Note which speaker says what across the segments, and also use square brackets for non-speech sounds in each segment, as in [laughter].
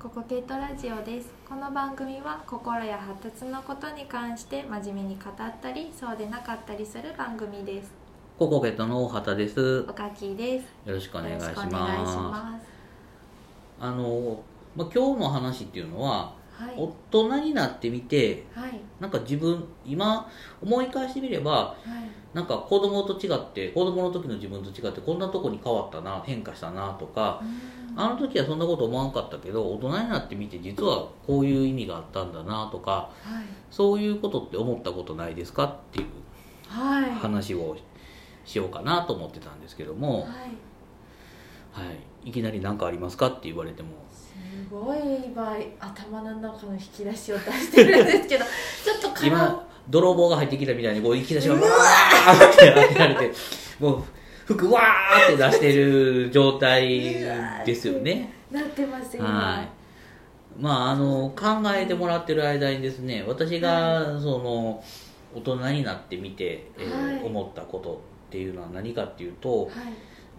Speaker 1: ココケットラジオですこの番組は心や発達のことに関して真面目に語ったりそうでなかったりする番組です
Speaker 2: ココケットの大畑です。よ
Speaker 1: おかきです
Speaker 2: ろしくお願いし
Speaker 1: よろ
Speaker 2: ます。
Speaker 1: くお願いしま
Speaker 2: あの、まあ、今日の話っていうのは、
Speaker 1: すはい
Speaker 2: 大人になってみて、
Speaker 1: はい
Speaker 2: なんか自分、今思い返してみれば、
Speaker 1: はい
Speaker 2: なんか子供と違って、子供の時の自分と違って、こんなとこに変わったな、変化したなとか、
Speaker 1: うん
Speaker 2: あの時はそんなこと思わんかったけど、大人になってみて、実はこういう意味があったんだなとか、そういうことって思ったことないですかっていう
Speaker 1: はいはい
Speaker 2: 話をしようかなと思ってたんですけども、
Speaker 1: はい
Speaker 2: はい、いきなり何かありますかって言われても
Speaker 1: すごい今頭の中の引き出しを出してるんです
Speaker 2: [laughs]
Speaker 1: けどちょっとか
Speaker 2: 今泥棒が入ってきたみたいにこう引き出しがわーって開けられてもう服わーって出してる状態ですよね
Speaker 1: なってますよ
Speaker 2: はいまああの考えてもらってる間にですね私がその大人になってみて、えー
Speaker 1: はい
Speaker 2: 思ったことっていうのは何かっていうと
Speaker 1: はい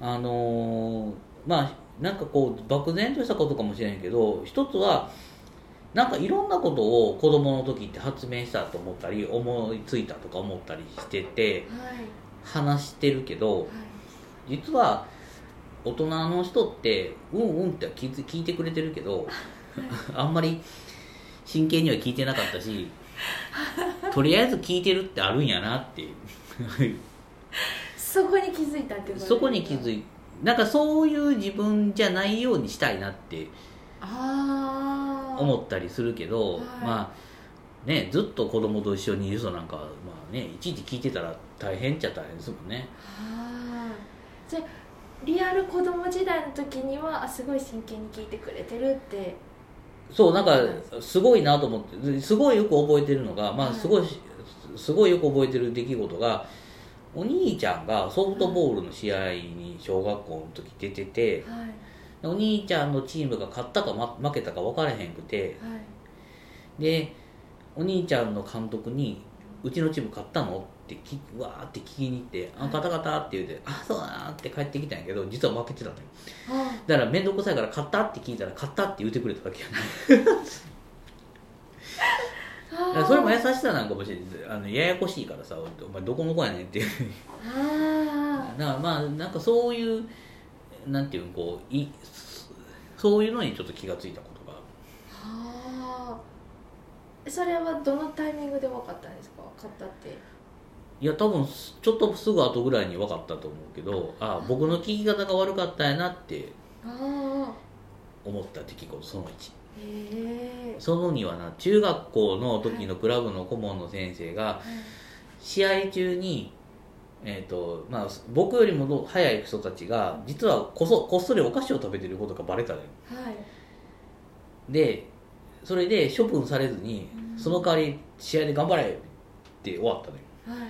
Speaker 2: あのーまあなんかこう漠然としたことかもしれないけど一つはなんかいろんなことを子供の時って発明したと思ったり思いついたとか思ったりしてて
Speaker 1: はい
Speaker 2: 話してるけど
Speaker 1: はい
Speaker 2: 実は大人の人ってうんうんって聞いて聞いてくれてるけどあんまり真剣には聞いてなかったしとりあえず聞いてるってあるんやなっていう
Speaker 1: そこに気づいたってこと
Speaker 2: そこに気づ
Speaker 1: い
Speaker 2: いなんかそういう自分じゃないようにしたいなって
Speaker 1: ああ
Speaker 2: 思ったりするけど、
Speaker 1: はい
Speaker 2: まあねずっと子供と一緒にいる人なんか、まあね、いちいち聞いてたら大変っちゃ大変ですもんね
Speaker 1: あーじゃあリアル子供時代の時にはあすごい真剣に聞いてくれてるって
Speaker 2: そうなん
Speaker 1: そうなんで
Speaker 2: かすごいなと思ってすごいよく覚えてるのが、ま
Speaker 1: は
Speaker 2: あ、
Speaker 1: い
Speaker 2: すごい、すごいよく覚えてる出来事がお兄ちゃんがソフトボールの試合に小学校の時出てて
Speaker 1: はい
Speaker 2: お兄ちゃんのチームが勝ったか、ま、負けたか分からへんくて、
Speaker 1: はい
Speaker 2: でお兄ちゃんの監督に「うちのチーム勝ったの?」ってきわーって聞きに行って「あカタカタ」って言うて「あそうだな」って帰ってきたんやけど実は負けてたのよ
Speaker 1: あ
Speaker 2: だから面倒くさいから「勝った?」って聞いたら「勝った」って言うてくれただけやねだ
Speaker 1: あ
Speaker 2: からそれも優しさなんかもしれないあのややこしいからさ「お前どこの子やねん」っていうだ
Speaker 1: あ
Speaker 2: からまあなんかそういうなんていうんこういそういうのにちょっと気がついたことが
Speaker 1: ーあーそれはどのタイミングで分かったんですか分かったって
Speaker 2: いや多分すちょっとすぐ後ぐらいに分かったと思うけどあ僕の聞き方が悪かったんやなって
Speaker 1: ああ
Speaker 2: 思った出来事その1
Speaker 1: へえ
Speaker 2: その2はな中学校の時のクラブの顧問の先生が試合中に、えーとまあ、僕よりもど早い人たちが実はこそこっそりお菓子を食べてることがバレたのよ
Speaker 1: はいはい
Speaker 2: でそれで処分されずに
Speaker 1: うん
Speaker 2: その代わり試合で頑張れって終わったのよ
Speaker 1: はい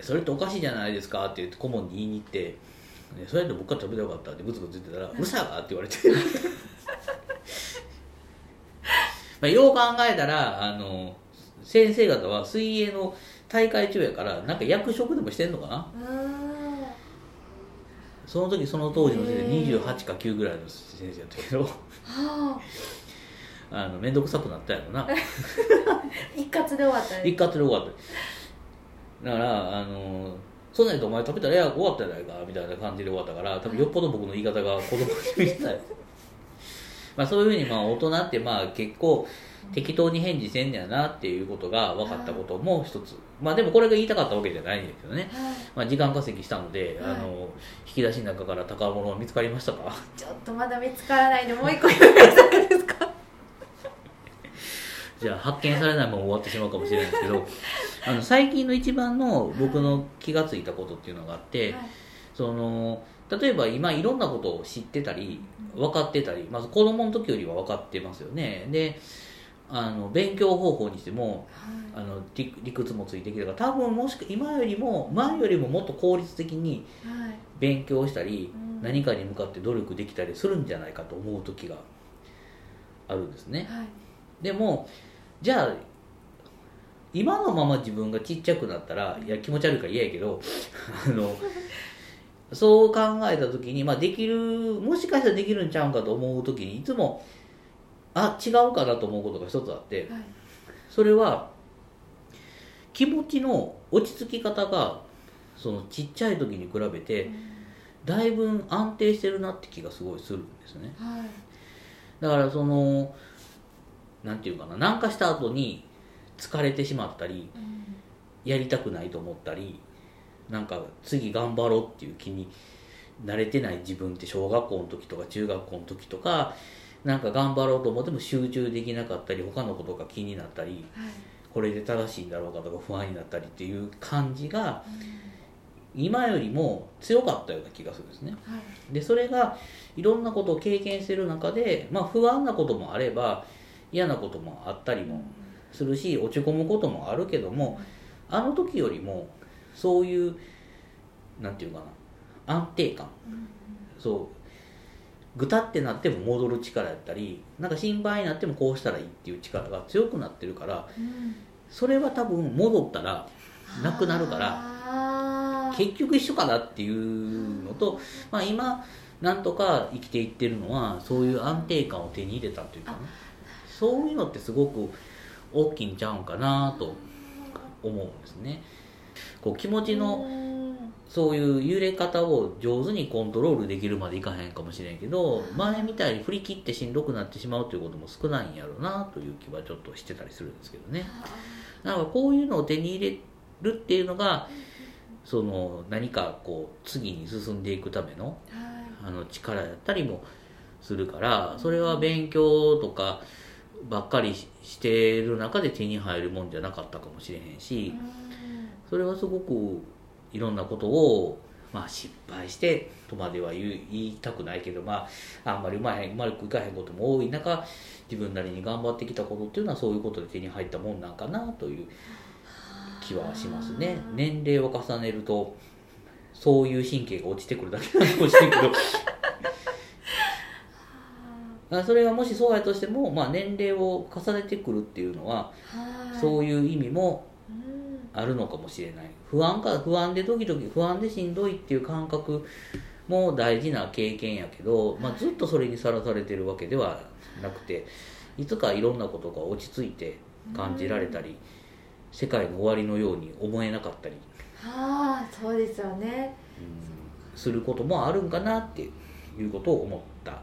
Speaker 2: それっておかしいじゃないですかって言って顧問に言いに行ってでそれで僕から食べたらよかったってブツブツ言ってたら「うるさいわ」って言われて [laughs] まあよう考えたらあの先生方は水泳の大会中やからなんか役職でもしてんのかな
Speaker 1: うーん
Speaker 2: その時その当時の先
Speaker 1: へ
Speaker 2: 生
Speaker 1: ー
Speaker 2: 28か9ぐらいの先生やったけど
Speaker 1: あ
Speaker 2: あの面倒くさくなったやろな
Speaker 1: ー一括で終わったん
Speaker 2: 一
Speaker 1: です
Speaker 2: 括で終わっただからあのそんなんやったらお前食べたらええやん終わったじゃないかみたいな感じで終わったから多分よっぽど僕の言い方が子供に見えたよまあそういうふうにまあ大人ってまあ結構適当に返事せんねやなっていうことが分かったことも一つまあでもこれが言いたかったわけじゃないんですけどね、
Speaker 1: はい
Speaker 2: まあ、時間稼ぎしたので、
Speaker 1: はい
Speaker 2: あの引き出しの中から宝物は見つかりましたか [laughs]
Speaker 1: ちょっとまだ見つからないんでもう一個言ってくださいですか
Speaker 2: じゃあ発見されないまま終わってしまうかもしれないですけどあの最近の一番の僕の気がついたことっていうのがあって、
Speaker 1: はい
Speaker 2: その例えば今いろんなことを知ってたり分かってたり、まあ、子供の時よりは分かってますよねであの勉強方法にしてもあの理理屈もついてきたから多分もしく今よりも前よりももっと効率的に
Speaker 1: はいはい
Speaker 2: 勉強したり、
Speaker 1: うん
Speaker 2: 何かに向かって努力できたりするんじゃないかと思う時があるんですね
Speaker 1: はい
Speaker 2: でもじゃあ今のまま自分がちっちゃくなったらいや気持ち悪いから嫌やけど [laughs] あのそう考えた時に、まあ、できるもしかしたらできるんちゃうんかと思う時にいつもあ違うかなと思うことが一つあって
Speaker 1: はい
Speaker 2: それは気持ちの落ち着き方がそのちっちゃい時に比べてだいぶ安定してるなって気がすごいするんですね
Speaker 1: はい
Speaker 2: だからそのなんていうかな軟化した後に疲れてしまったり
Speaker 1: うん
Speaker 2: やりたくないと思ったりなんか次頑張ろうっていう気に慣れてない自分って小学校の時とか中学校の時とかなんか頑張ろうと思っても集中できなかったり他のことが気になったり
Speaker 1: はい
Speaker 2: これで正しいんだろうかとか不安になったりっていう感じが今よりも強かったような気がするんですね。
Speaker 1: はい
Speaker 2: でそれがいろんなことを経験してる中で、まあ、不安なこともあれば嫌なこともあったりもするし落ち込むこともあるけどもあの時よりもそういうなんていうかな安定感そうぐたってなっても戻る力やったりなんか心配になってもこうしたらいいっていう力が強くなってるから
Speaker 1: うん
Speaker 2: それは多分戻ったらなくなるから
Speaker 1: あー
Speaker 2: 結局一緒かなっていうのと、まあ、今なんとか生きていってるのはそういう安定感を手に入れたというかねそういうのってすごく大きいんちゃうんかなと思うんですね。こう気持ちの
Speaker 1: うん
Speaker 2: そういう揺れ方を上手にコントロールできるまでいかへんかもしれんけど前みたいに振り切ってしんどくなってしまうということも少ないんやろうなという気はちょっとしてたりするんですけどね。なんかこういうのを手に入れるっていうのがその何かこう次に進んでいくための
Speaker 1: はい
Speaker 2: あの力だったりもするからそれは勉強とかばっかりししてる中で手に入るもんじゃなかったかもしれへんし
Speaker 1: うん
Speaker 2: それはすごくいろんなことを、まあ、失敗してとまでは言う言いたくないけど、まあ、あんまりうまへんうまくいかへんことも多い中自分なりに頑張ってきたことっていうのはそういうことで手に入ったもんなんかなという気はしますね
Speaker 1: あー
Speaker 2: 年齢を重ねるとそういう神経が落ちてくるだけなのかもしれんけど
Speaker 1: [laughs]
Speaker 2: だからそれがもしそうやとしても、まあ、年齢を重ねてくるっていうのは、
Speaker 1: はい
Speaker 2: そうういう意味も
Speaker 1: ん
Speaker 2: あるのかもしれない不安か不安でドキドキ不安でしんどいっていう感覚も大事な経験やけど、まあ、ずっとそれにさらされてるわけではなくていつかいろんなことが落ち着いて感じられたり世界の終わりのように思えなかったり、
Speaker 1: あーそうですよね
Speaker 2: うんすることもあるんかなっていうことを思った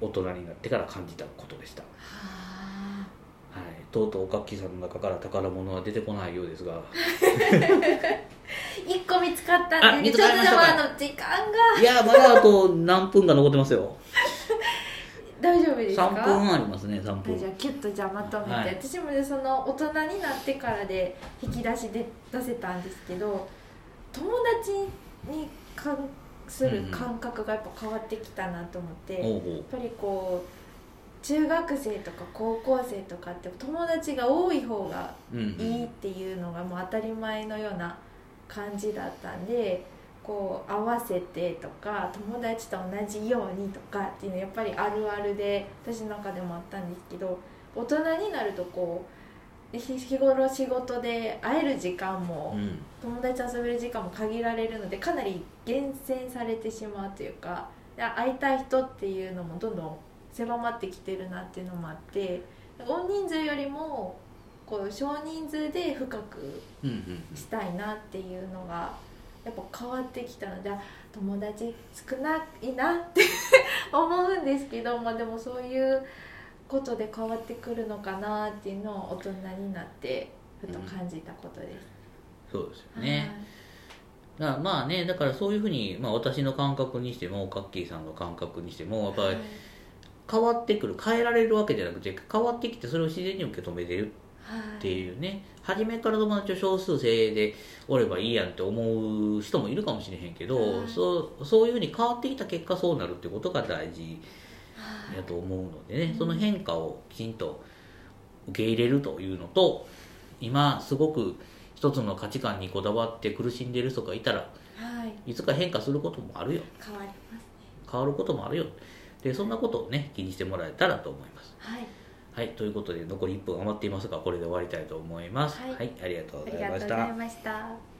Speaker 2: 大人になってから感じたことでした。
Speaker 1: は
Speaker 2: はい、とうとうおかっきさんの中から宝物は出てこないようですが。
Speaker 1: ー一個見つかったんで
Speaker 2: あ
Speaker 1: ち
Speaker 2: 見つ
Speaker 1: ょっ
Speaker 2: か
Speaker 1: と
Speaker 2: り
Speaker 1: で
Speaker 2: ました
Speaker 1: も
Speaker 2: か
Speaker 1: あの時間が
Speaker 2: いやまだあと何分か残ってますよ
Speaker 1: 大丈夫ですか
Speaker 2: 3分ありますね3
Speaker 1: はいじゃあ
Speaker 2: 分
Speaker 1: キュッとじゃあまとめて、
Speaker 2: はい
Speaker 1: 私もねその大人になってからで引き出しで出せたんですけど友達に関する感覚がやっぱ変わってきたなと思って、やっ
Speaker 2: おうおう
Speaker 1: ぱりこう中学生とか高校生とかって友達が多い方が
Speaker 2: うんうん
Speaker 1: いいっていうのがもう当たり前のような感じだったんでこう合わせてとか友達と同じようにとかっていうのやっぱりあるあるで私の中でもあったんですけど大人になるとこう日日頃仕事で会える時間も
Speaker 2: うん
Speaker 1: 友達と遊べる時間も限られるのでかなり厳選されてしまうというかで会いたい人っていうのもどんどん狭まってきてるなっていうのもあって大人数よりもこう少人数で深く
Speaker 2: うんうん
Speaker 1: したいなっていうのがやっぱ変わってきたのであ友達少ないなって [laughs] 思うんですけど、まあ、でもそういうことで変わってくるのかなっていうのを大人になってふと感じたことです。
Speaker 2: そうですよねだからまあねだからそういうふうに、まあ、私の感覚にしてもカッキーさんの感覚にしてもやっぱ
Speaker 1: はい
Speaker 2: り変わってくる変えられるわけじゃなくて変わってきてそれを自然に受け止めてるっていうね初めから友達を少数制でおればいいやんって思う人もいるかもしれへんけど、
Speaker 1: はい
Speaker 2: そうそういうふうに変わってきた結果そうなるってことが大事やと思うのでね、
Speaker 1: うん
Speaker 2: その変化をきちんと受け入れるというのと今すごく一つの価値観にこだわって苦しんでいる人がいたら
Speaker 1: はい、
Speaker 2: いつか変化することもあるよ
Speaker 1: 変わります。
Speaker 2: 変わることもあるよでそんなことをね気にしてもらえたらと思います
Speaker 1: はい、
Speaker 2: はいということで残り1分余っていますがこれで終わりたいと思います
Speaker 1: はい
Speaker 2: はい、ありがとう
Speaker 1: あ
Speaker 2: ご
Speaker 1: り
Speaker 2: ざい
Speaker 1: がとうご
Speaker 2: まし
Speaker 1: ざ
Speaker 2: た
Speaker 1: いました。